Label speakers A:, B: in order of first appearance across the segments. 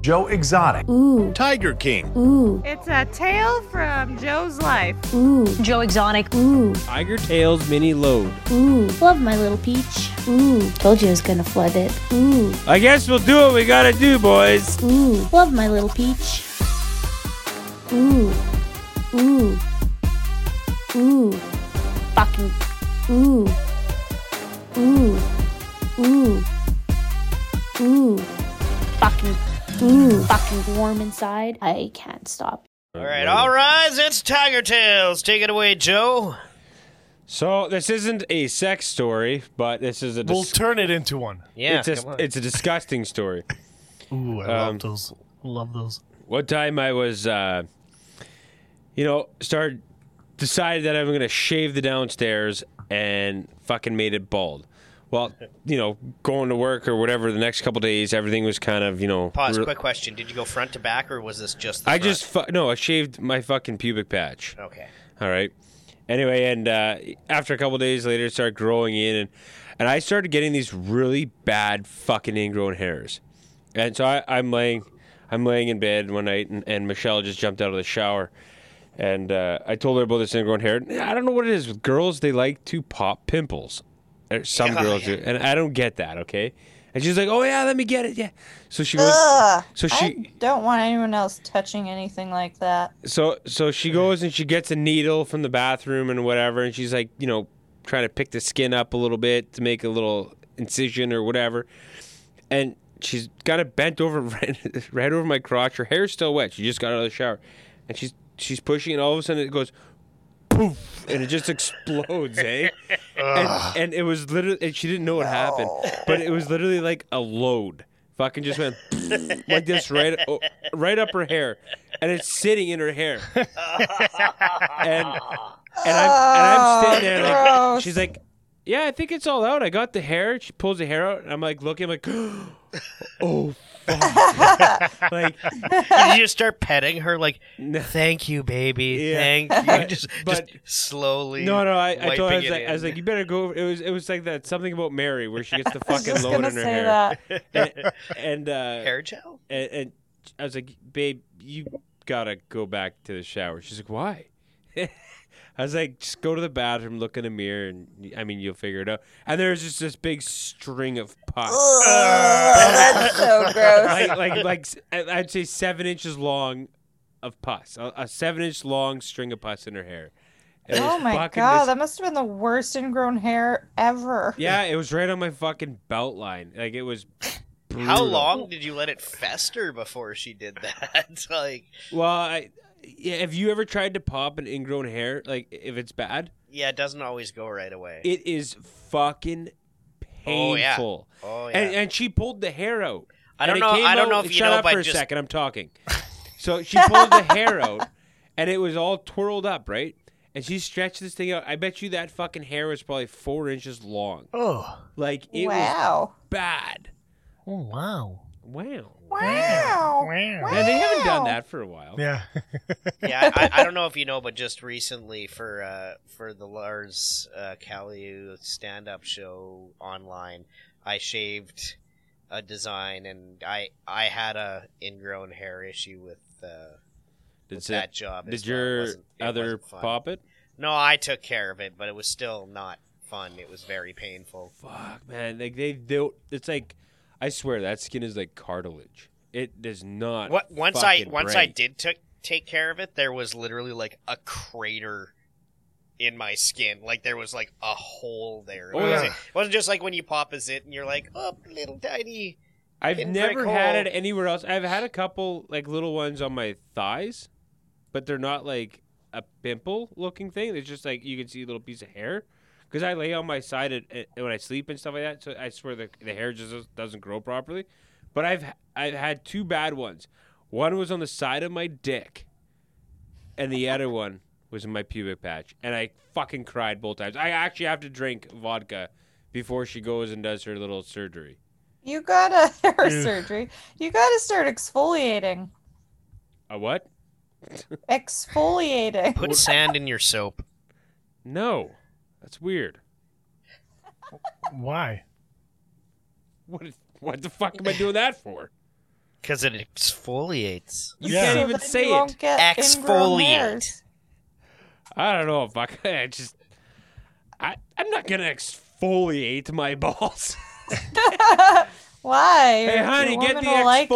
A: Joe Exotic,
B: Ooh,
C: Tiger King,
B: ooh,
D: It's a tale from Joe's life.
B: ooh,
E: Joe Exotic.
B: ooh,
F: Tiger Tail's mini load.
B: ooh,
G: Love my little peach.
B: ooh,
G: Told you I was gonna flood it.
B: ooh,
F: I guess we'll do what we gotta do, boys.
B: ooh,
G: Love my little peach.
B: ooh, ooh, ooh,
G: Fucking
B: ooh, ooh, ooh, ooh,
G: fucking
B: ooh.
G: fucking warm inside. I can't stop.
H: All right, all rise. It's Tiger Tales. Take it away, Joe.
F: So this isn't a sex story, but this is a
C: We'll
F: dis-
C: turn it into one.
H: Yeah,
F: it's a,
H: come on.
F: it's a disgusting story.
C: Ooh, I
F: Um,
C: love those. Love those.
F: One time I was, uh, you know, started decided that I'm gonna shave the downstairs and fucking made it bald. Well, you know, going to work or whatever. The next couple days, everything was kind of, you know,
H: Pause.
F: re-
H: Quick question: Did you go front to back, or was this just? The
F: I
H: front?
F: just fu- no, I shaved my fucking pubic patch.
C: Oh.
H: okay.
F: All right. Anyway, and uh, after a couple days later, it started growing in, and, and I started getting these really bad fucking ingrown hairs. And so I, I'm laying, I'm laying in bed one night, and, and Michelle just jumped out of the shower, and uh, I told her about this ingrown hair. I don't know what it is with girls; they like to pop pimples. Or Some
I: Oh,
H: Yeah.
F: girls do, and I don't get that. Okay. And she's like, "Oh yeah, let me get it." Yeah. So she was.
I: Ugh.
F: So she.
I: I don't want anyone else touching anything like that.
F: So so she goes and she gets a needle from the bathroom and whatever, and she's like, you know, trying to pick the skin up a little bit to make a little incision or whatever. And she's kind of bent over right, right over my crotch. Her hair's still wet. She just got out of the shower, and she's she's pushing, and all of a sudden it goes. Poof, and it just explodes, eh? And, and it was literally, and she didn't know what happened, but it was literally like a load. Fucking just went like this right, oh, right up her hair, and it's sitting in her hair. and and I'm, and I'm sitting there, like,
I: Oh, Gross.
F: she's like, "Yeah, I think it's all out. I got the hair." She pulls the hair out, and I'm like looking, like, "Oh fuck!" like,
H: Did you just start petting her like?
F: no.
H: Thank you, baby.
F: Yeah.
H: Thank you.
F: But-
H: just,
F: but-
H: just slowly.
F: No, no, I, I told her, I
H: wiping
F: was,
H: it
F: like, I was
H: in.
F: like, you better go. over-" It was, it was like that something about Mary where she gets the
I: I was
F: fucking
I: just
F: load
I: gonna
F: in her
I: say
F: hair.
I: that.
F: And, and, uh,
H: hair gel.
F: and and I was like, babe, you gotta go back to the shower. She's like, why? I was like, just go to the bathroom, look in the mirror, and I mean, you'll figure it out. And there's just this big string of pot,
I: Ugh, that's so
F: like
I: gross.
F: like like s- I- I'd say seven inches long of pus, a, a seven inch long string of pus in her hair. And it
I: Oh
F: was
I: my
F: fucking
I: god,
F: dis-
I: that must have been the worst ingrown hair ever.
F: yeah, it was right on my fucking belt line. Like it was.
H: How
F: brutal.
H: long did you let it fester before she did that? like,
F: Well, I, yeah, have you ever tried to pop an ingrown hair? Like if it's bad.
H: yeah, it doesn't always go right away.
F: It is fucking
H: Oh, yeah.
F: painful.
H: oh yeah.
F: And and she pulled the hair out.
H: I don't
F: And it
H: know.
F: came
H: I don't know
F: out-
H: if you
F: shut
H: know,
F: up
H: but
F: for a
H: just
F: second. I'm talking. So she pulled the hair out, and it was all twirled up, right? And she stretched this thing out. I bet you that fucking hair was probably four inches long.
C: Oh,
F: Like it was
I: wow.
F: bad.
C: oh wow.
F: Wow.
I: Wow.
C: Wow.
F: Yeah, they haven't done
I: Wow.
F: that for a while.
C: Yeah.
H: yeah, I, I don't know if you know, but just recently for uh, for the Lars uh, Calliu stand up show online, I shaved a design, and I I had a ingrown hair issue with uh,
F: Did,
H: with
F: sa-
H: that job. as
F: did
H: well. It
F: your
H: wasn't- it
F: other
H: wasn't fun.
F: pop it?
H: No, I took care of it, but it was still not fun. It was very painful.
F: Fuck, man. Like they do. It's like, I swear that skin is like cartilage. It does not.
H: What once I
F: fucking
H: once I
F: break.
H: did took take care of it, there was literally like a crater in my skin. Like there was like a hole there. It,
F: Oh,
H: wasn't,
C: yeah.
H: it wasn't just like when you pop a zit and you're like, oh, little tiny.
F: I've
H: In
F: never
H: brick
F: had
H: hole.
F: it anywhere else. I've had a couple like little ones on my thighs, but they're not like a pimple looking thing. It's just like you can see a little piece of hair. Because I lay on my side at, at- when I sleep and stuff like that, so I swear the, the hair just does- doesn't grow properly. But I've I've had two bad ones. One was on the side of my dick, and the other one was in my pubic patch, and I fucking cried both times. I actually have to drink vodka before she goes and does her little surgery.
I: You got a hair
C: Ew.
I: surgery. You got to start exfoliating.
F: A what?
I: Exfoliating.
H: Put sand in your soap.
F: No, that's weird.
C: Why?
F: What? What the fuck am I doing that for?
H: because it exfoliates.
F: You
C: Yeah.
F: can't
I: So
F: even
I: then
F: say
I: you
F: it.
I: won't get ingrown
H: Exfoliate.
I: hairs.
F: I don't know if I could. I just, I, I'm not gonna exfoliate my balls.
I: Why?
F: hey,
I: Your
F: honey, get
I: woman
F: the
I: will like it.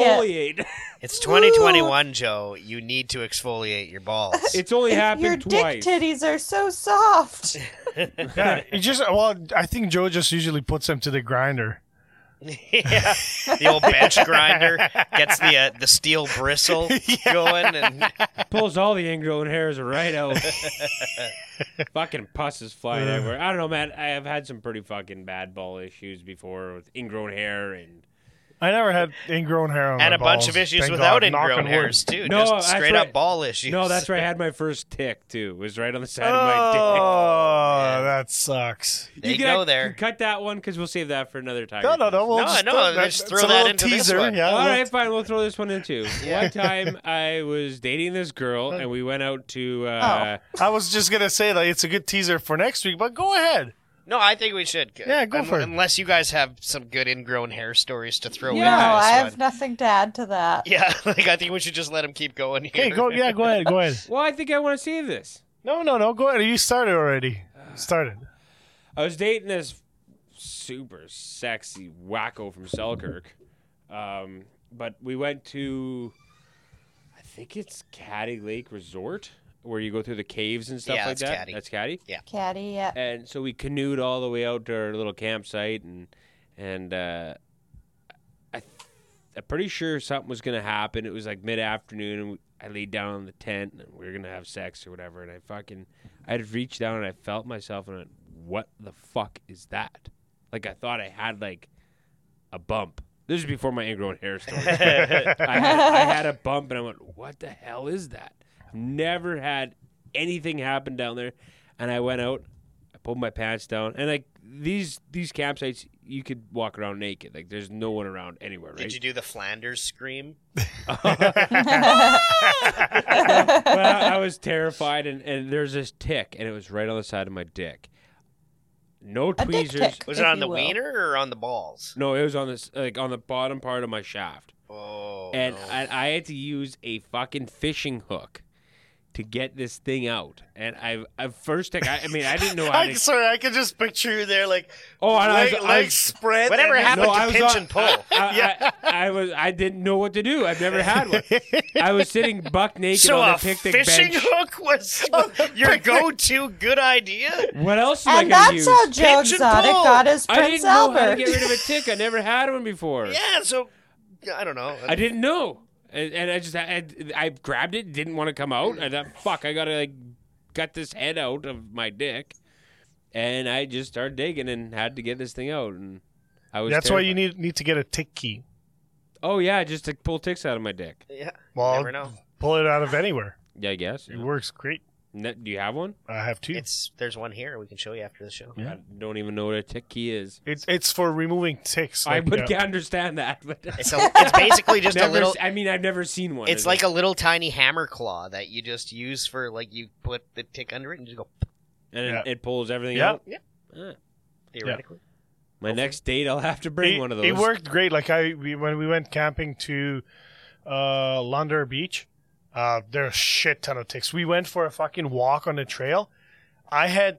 F: exfoliate.
H: It's 2021, Joe. You need to exfoliate your balls.
F: it's only happened
I: Your dick
F: twice.
I: titties are so soft.
C: Yeah, it just well, I think Joe just usually puts them to the grinder.
H: yeah. The old bench grinder gets the uh, the steel bristle going, and
F: Pulls all the ingrown hairs right out. fucking pus is flying
C: Uh.
F: everywhere. I don't know, man. I have had some pretty fucking bad ball issues before with ingrown hair and
C: I never had ingrown hair on my
H: and a bunch
C: balls,
H: of issues
C: thank
H: without
C: God. Knock on
H: ingrown
C: wood.
H: hairs too.
F: No, that's
H: just straight
F: right.
H: up ball issues.
F: No, that's where I had my first tick too. Was right on the side of my dick.
C: Oh, that sucks.
H: There you
F: can
H: go
F: act-
H: there.
F: you cut that one because we'll save that for another time.
C: No, no, no. We'll
H: No,
C: just
H: no,
C: throw
H: let's
C: that-
H: throw
C: it's a
H: that
C: little
H: into this
C: teaser.
H: one.
C: Yeah,
F: All
C: we'll-
F: right, fine. We'll throw this one in too.
H: Yeah.
F: One time I was dating this girl and we went out to. Uh,
C: I was just gonna say that it's a good teaser for next week, but go ahead.
H: No, I think we should.
C: Yeah, go for it.
H: Unless you guys have some good ingrown hair stories to throw
I: no,
H: in. on this
I: I have
H: one.
I: nothing to add to that.
H: Yeah, like I think we should just let him keep going here.
C: Hey, go. Yeah, go ahead. Go ahead.
F: Well, I think I want to save this.
C: No, no, no. Go ahead. You started already. Started.
F: I was dating this super sexy wacko from Selkirk, um, but we went to, I think it's Caddy Lake Resort, where you go through the caves and stuff
H: Yeah,
F: like
H: that's
F: that.
H: Caddy.
F: That's Caddy.
I: Caddy, yeah.
F: and so we canoed all the way out to our little campsite and and uh I, i'm pretty sure something was gonna happen it was like mid-afternoon and i laid down in the tent and we were gonna have sex or whatever and i fucking i had reached down and i felt myself and I went, what the fuck is that like i thought i had like a bump this is before my ingrown hair story I had, I had a bump and I went, what the hell is that? I've never had anything happen down there. And I went out, I pulled my pants down, and like these these campsites, you could walk around naked. Like there's no one around anywhere, right?
H: Did you do the Flanders scream?
F: but I, I was terrified, and, and there's this tick, and it was right on the side of my dick. No
I: dick
F: tweezers.
I: tick.
H: Was
I: If
H: it on
I: you
H: the
I: will.
H: wiener or on the balls?
F: No, it was on this like on the bottom part of my shaft.
H: Oh,
F: and
H: no.
F: I, I had to use a fucking fishing hook to get this thing out. And I, I first thing, I, I mean, I didn't know how
C: I'm
F: to.
C: sorry. I can just picture you there, like
F: Oh, and I was,
C: leg,
F: I
C: legs
F: was,
C: spread.
H: whatever
C: and-
H: happened
F: no, I
H: to
F: was
H: pinch
F: on-
H: and pull?
F: I,
C: Yeah.
F: I, I was, I didn't know what to do. I've never had one. I was sitting buck naked
H: so
F: on
H: a
F: the picnic
H: fishing
F: bench.
H: hook was your go-to good idea.
F: What else am I
I: and
F: gonna
I: that's
F: use?
I: how Joe
H: Pigeon
I: Exotic
H: pole.
I: got his
F: I
I: Prince
F: didn't know how to
I: Albert.
F: get rid of a tick. I never had one before.
H: Yeah, so I don't know.
F: I didn't know, and, and I just I, I grabbed it, didn't want to come out. I thought, fuck, I gotta like gut this head out of my dick, and I just started digging and had to get this thing out. And I was.
C: That's why you
F: terrified.
C: need need to get a tick key.
F: Oh yeah, just to pull ticks out of my dick.
H: Yeah,
C: Well,
H: never know.
C: pull it out of anywhere.
F: Yeah, I guess.
C: It works great.
F: Ne- Do you have one?
C: I have two. It's
H: It's there's one here we can show you after the show.
C: Yeah.
F: I don't even know what a tick key is.
C: it's, for removing ticks.
F: I
C: like,
F: would
C: yeah.
F: understand that, but
H: It's a, it's basically just
F: never,
H: a little.
F: s- I mean, I've never seen one.
H: It's like a little tiny hammer claw that you just use for like you put the tick under it and just go
F: and it,
C: Yeah.
F: it pulls everything
C: Yeah.
F: out.
H: Yeah.
F: Ah.
H: theoretically.
F: My next date, I'll have to bring
C: it,
F: one of those.
C: It worked great. Like I we, when we went camping to uh Launder Beach, uh there's a shit ton of ticks. We went for a fucking walk on the trail. I had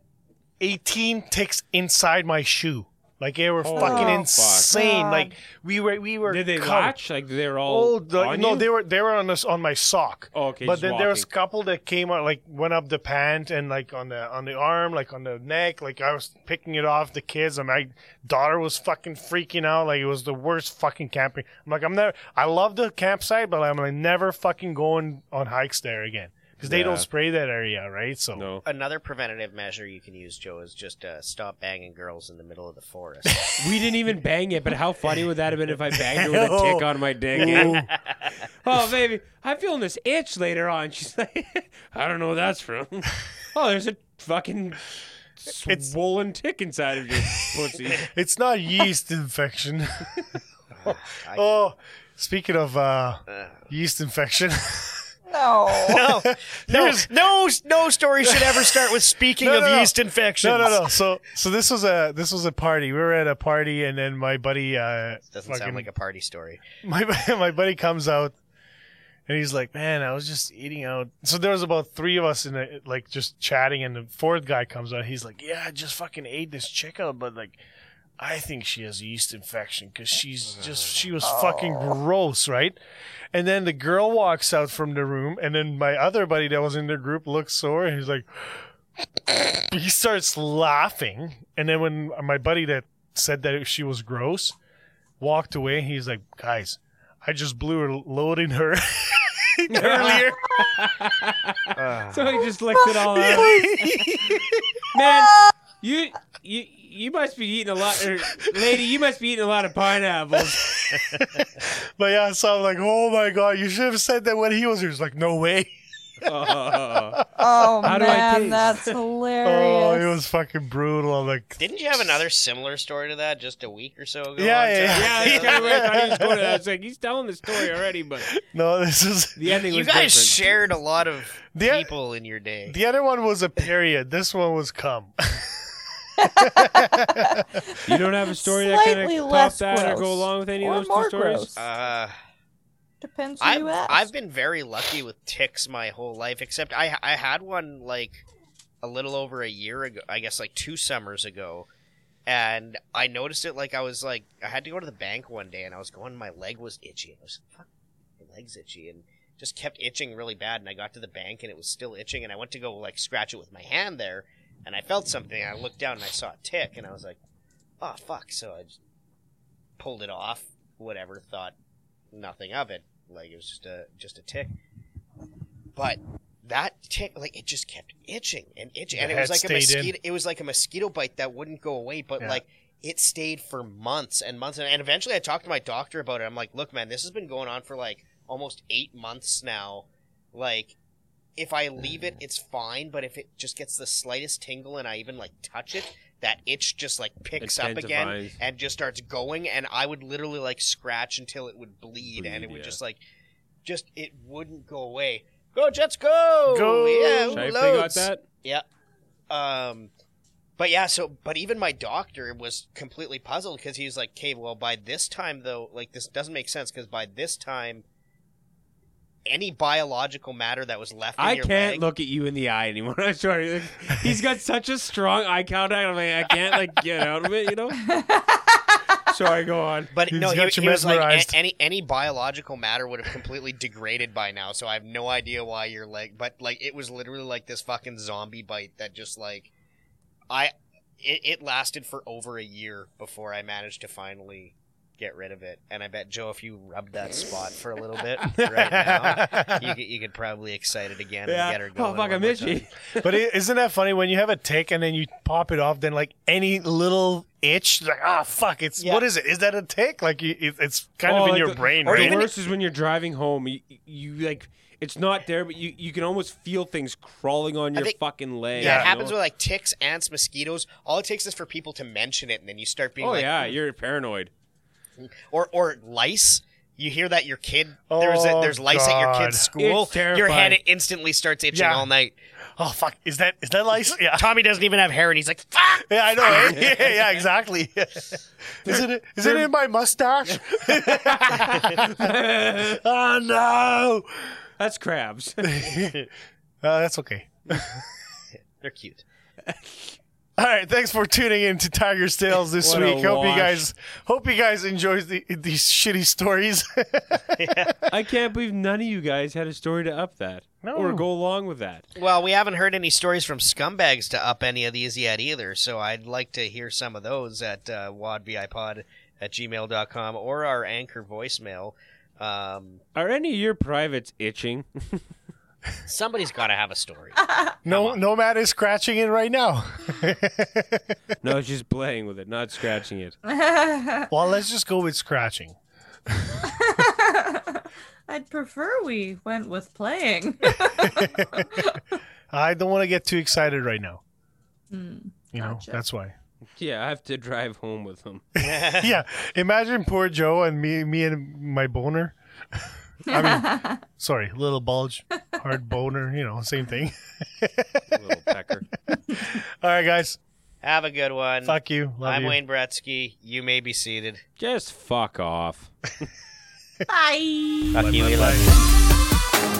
C: 18 ticks inside my shoe. Like they were
F: Oh,
C: fucking
I: fuck.
C: insane.
I: God.
C: Like we were we were
F: Did they
C: covered.
F: latch? Like they're all
C: Oh, the,
F: on
C: no,
F: you?
C: they were they were on this on my sock.
F: Oh, okay,
C: but
F: just
C: then there was a
F: walking.
C: couple that came out like went up the pant and like on the on the arm, like on the neck. Like I was picking it off the kids, and my daughter was fucking freaking out. Like it was the worst fucking camping. I'm like, I'm never. I love the campsite, but I'm like never fucking going on hikes there again because they
F: Yeah.
C: don't spray that area, right? So
F: No.
H: Another preventative measure you can use, Joe, is just uh, stop banging girls in the middle of the forest.
F: We didn't even bang it, but how funny would that have been if I banged her with a tick on my dick? eh? oh, baby, I'm feeling this itch later on. She's like, I don't know where that's from. Oh, there's a fucking swollen tick inside of your pussy.
C: it's not yeast infection.
H: I-
C: oh, speaking of uh,
H: Uh,
C: yeast infection.
I: No.
H: No, no, no, no story should ever start with speaking
C: No,
H: of
C: no, no.
H: yeast infections.
C: No, no, no. So, so this was a this was a party. We were at a party, and then my buddy, uh,
H: Doesn't sound
C: fucking-
H: like a party story.
C: my bu- my buddy comes out, and he's like, "Man, I was just eating out." So there was about three of us in the, like just chatting, and the fourth guy comes out. He's like, "Yeah, I just fucking ate this chick out, but like." I think she has a yeast infection because she's just she was fucking gross, right? And then the girl walks out from the room, and then my other buddy that was in the group looks sore, and he's like, he starts laughing. And then when my buddy that said that she was gross walked away, he's like, guys, I just blew her loading her earlier.
F: So he just licked it all out. Man, you you you must be eating a lot, or lady. You must be eating a lot of pineapples.
C: But yeah, so I'm like, oh my god, you should have said that when he was here. He's like, no way.
F: Oh.
I: Oh
F: How do I
I: man,
F: taste?
I: that's
C: Oh, it
I: hilarious.
C: was fucking brutal. I'm like,
H: Didn't you have another similar story to that just a week or so ago?
C: Yeah,
H: on
C: yeah,
H: Tell
F: Yeah,
H: Me
F: that's kind of where I thought he
C: Yeah.
F: was going. I was like, he's telling the story already, but
C: no, this is
F: the ending
H: Tell. You
F: was
H: guys
F: different.
H: shared a lot of
C: The-
H: people in your day.
C: the other one was a period. This one was cum.
F: you don't have a story that
I: Slightly
F: kind of
I: less
F: pops out or
I: gross.
F: go along with any
I: Or
F: of those
I: more
F: two stories.
I: gross.
H: uh,
I: Depends who
H: I've,
I: you ask.
H: I've been very lucky with ticks my whole life, except I I had one like a little over a year ago, I guess like two summers ago, and I noticed it like I was like I had to go to the bank one day and I was going, my leg was itchy, and I was like, fuck, my leg's itchy, and just kept itching really bad, and I got to the bank and it was still itching, and I went to go like scratch it with my hand there, and I felt something, and I looked down and I saw a tick, and I was like, oh fuck, so I just pulled it off, whatever, thought nothing of it. Like it was just a just a tick. But that tick, like it just kept itching and itching, and
C: The
H: it was
C: head
H: like a
C: stayed in.
H: mosquito. It was like a mosquito bite that wouldn't go away, but
C: Yeah.
H: like it stayed for months and months, and, and eventually I talked to my doctor about it. I'm like, look, man, this has been going on for like almost eight months now. Like, if I leave
F: Mm.
H: it, it's fine, but if it just gets the slightest tingle and I even like touch it, that itch just like picks up again
F: Intensifies.
H: and just starts going and i would literally like scratch until it would bleed, and it
F: Bleed,
H: would
F: yeah.
H: just like just it wouldn't go away go jets go
C: Go!
H: yeah
F: Shaif, they
H: loads.
F: got that?
H: um but yeah so but even my doctor was completely puzzled because he was like okay well by this time though like this doesn't make sense because by this time any biological matter that was left in
F: I
H: your
F: can't
H: leg,
F: look at you in the eye anymore. I'm sorry. Like, he's got such a strong eye contact. I'm like, I can't like get out of it. You know. sorry, go on.
H: But
C: He's
H: no, he,
C: got you
H: he was like
C: mesmerized.
H: a- any any biological matter would have completely degraded by now. So I have no idea why your leg, but like it was literally like this fucking zombie bite that just like I it, it lasted for over a year before I managed to finally get rid of it. And I bet Joe, if you rubbed that spot for a little bit right now, you could, you could probably excite it again and get her going.
F: Oh fuck, I
H: one more
F: miss you.
H: time.
C: But is isn't that funny when you have a tick and then you pop it off? Then like any little itch, like ah fuck, it's
H: Yeah.
C: what is it? Is that a tick? Like you, it, it's kind
H: Oh,
C: of in your brain,
F: or
C: right?
F: Oh, the worst is when you're driving home. You, you like it's not there, but you, you can almost feel things crawling on your
H: think-
F: fucking leg.
H: Yeah,
F: you
H: it happens
F: know? Oh,
H: with like ticks, ants, mosquitoes. All it takes is for people to mention it, and then you start being
F: Oh
H: like,
F: yeah, you're paranoid.
H: or or lice. You hear that your kid there's a,
C: Oh,
H: there's lice at your
C: God.
H: kid's school.
F: It's
H: your head
F: terrifying.
H: instantly starts itching
C: Yeah.
H: all night.
C: oh fuck, is that is that lice? Yeah,
H: Tommy doesn't even have hair, and he's like, "Fuck!"
C: yeah, I know. right? yeah, yeah, exactly. is it is it in my mustache? oh no,
F: That's crabs.
C: Uh, that's okay.
H: They're cute.
C: All right, thanks for tuning in to Tiger's Tales this
F: What a
C: week. Hope you
F: wash.
C: guys hope you guys enjoy the, these shitty stories.
F: I can't believe none of you guys had a story to up that or go along with that.
H: Well, we haven't heard any stories from scumbags to up any of these yet either, so I'd like to hear some of those at uh, wadvipod at gmail.com or our anchor voicemail. Um,
F: Are any of your privates itching?
H: somebody's got to have a story.
C: No, Nomad is scratching it right now.
F: no, it's just playing with it, not scratching it.
C: Well, let's just go with scratching.
I: I'd prefer we went with playing.
C: I don't want to get too excited right now.
I: Hmm.
C: You know,
I: Gotcha.
C: that's why.
F: Yeah, I have to drive home with them.
C: yeah, imagine poor Joe and me, me and my boner. I Sorry, little bulge, hard boner, you know, same thing.
F: Little pecker.
C: All right, guys.
H: Have a good one.
C: Fuck you. Love
H: I'm
C: you.
H: Wayne Bratsky. You may be seated.
F: Just fuck off.
I: Bye.
H: Fuck you, we love you.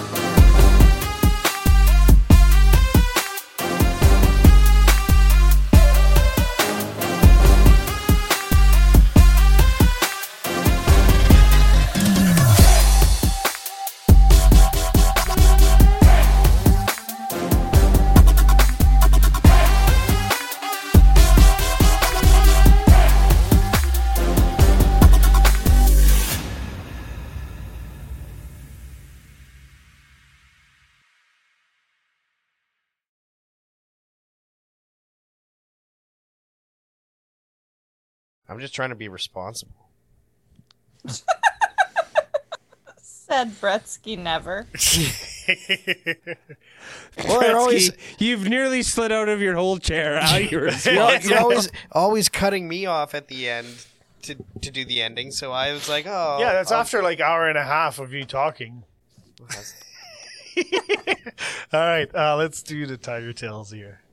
H: I'm just trying to be responsible.
I: Said Bretsky never.
H: Well, they're always
F: Gretzky, You've nearly slid out of your whole chair. How you were
H: well, you're always always cutting me off at the end to to do the ending. So I was like, oh,
C: yeah, that's
H: I'll-
C: after like hour and a half of you talking. All right, uh, let's do the tiger tails here.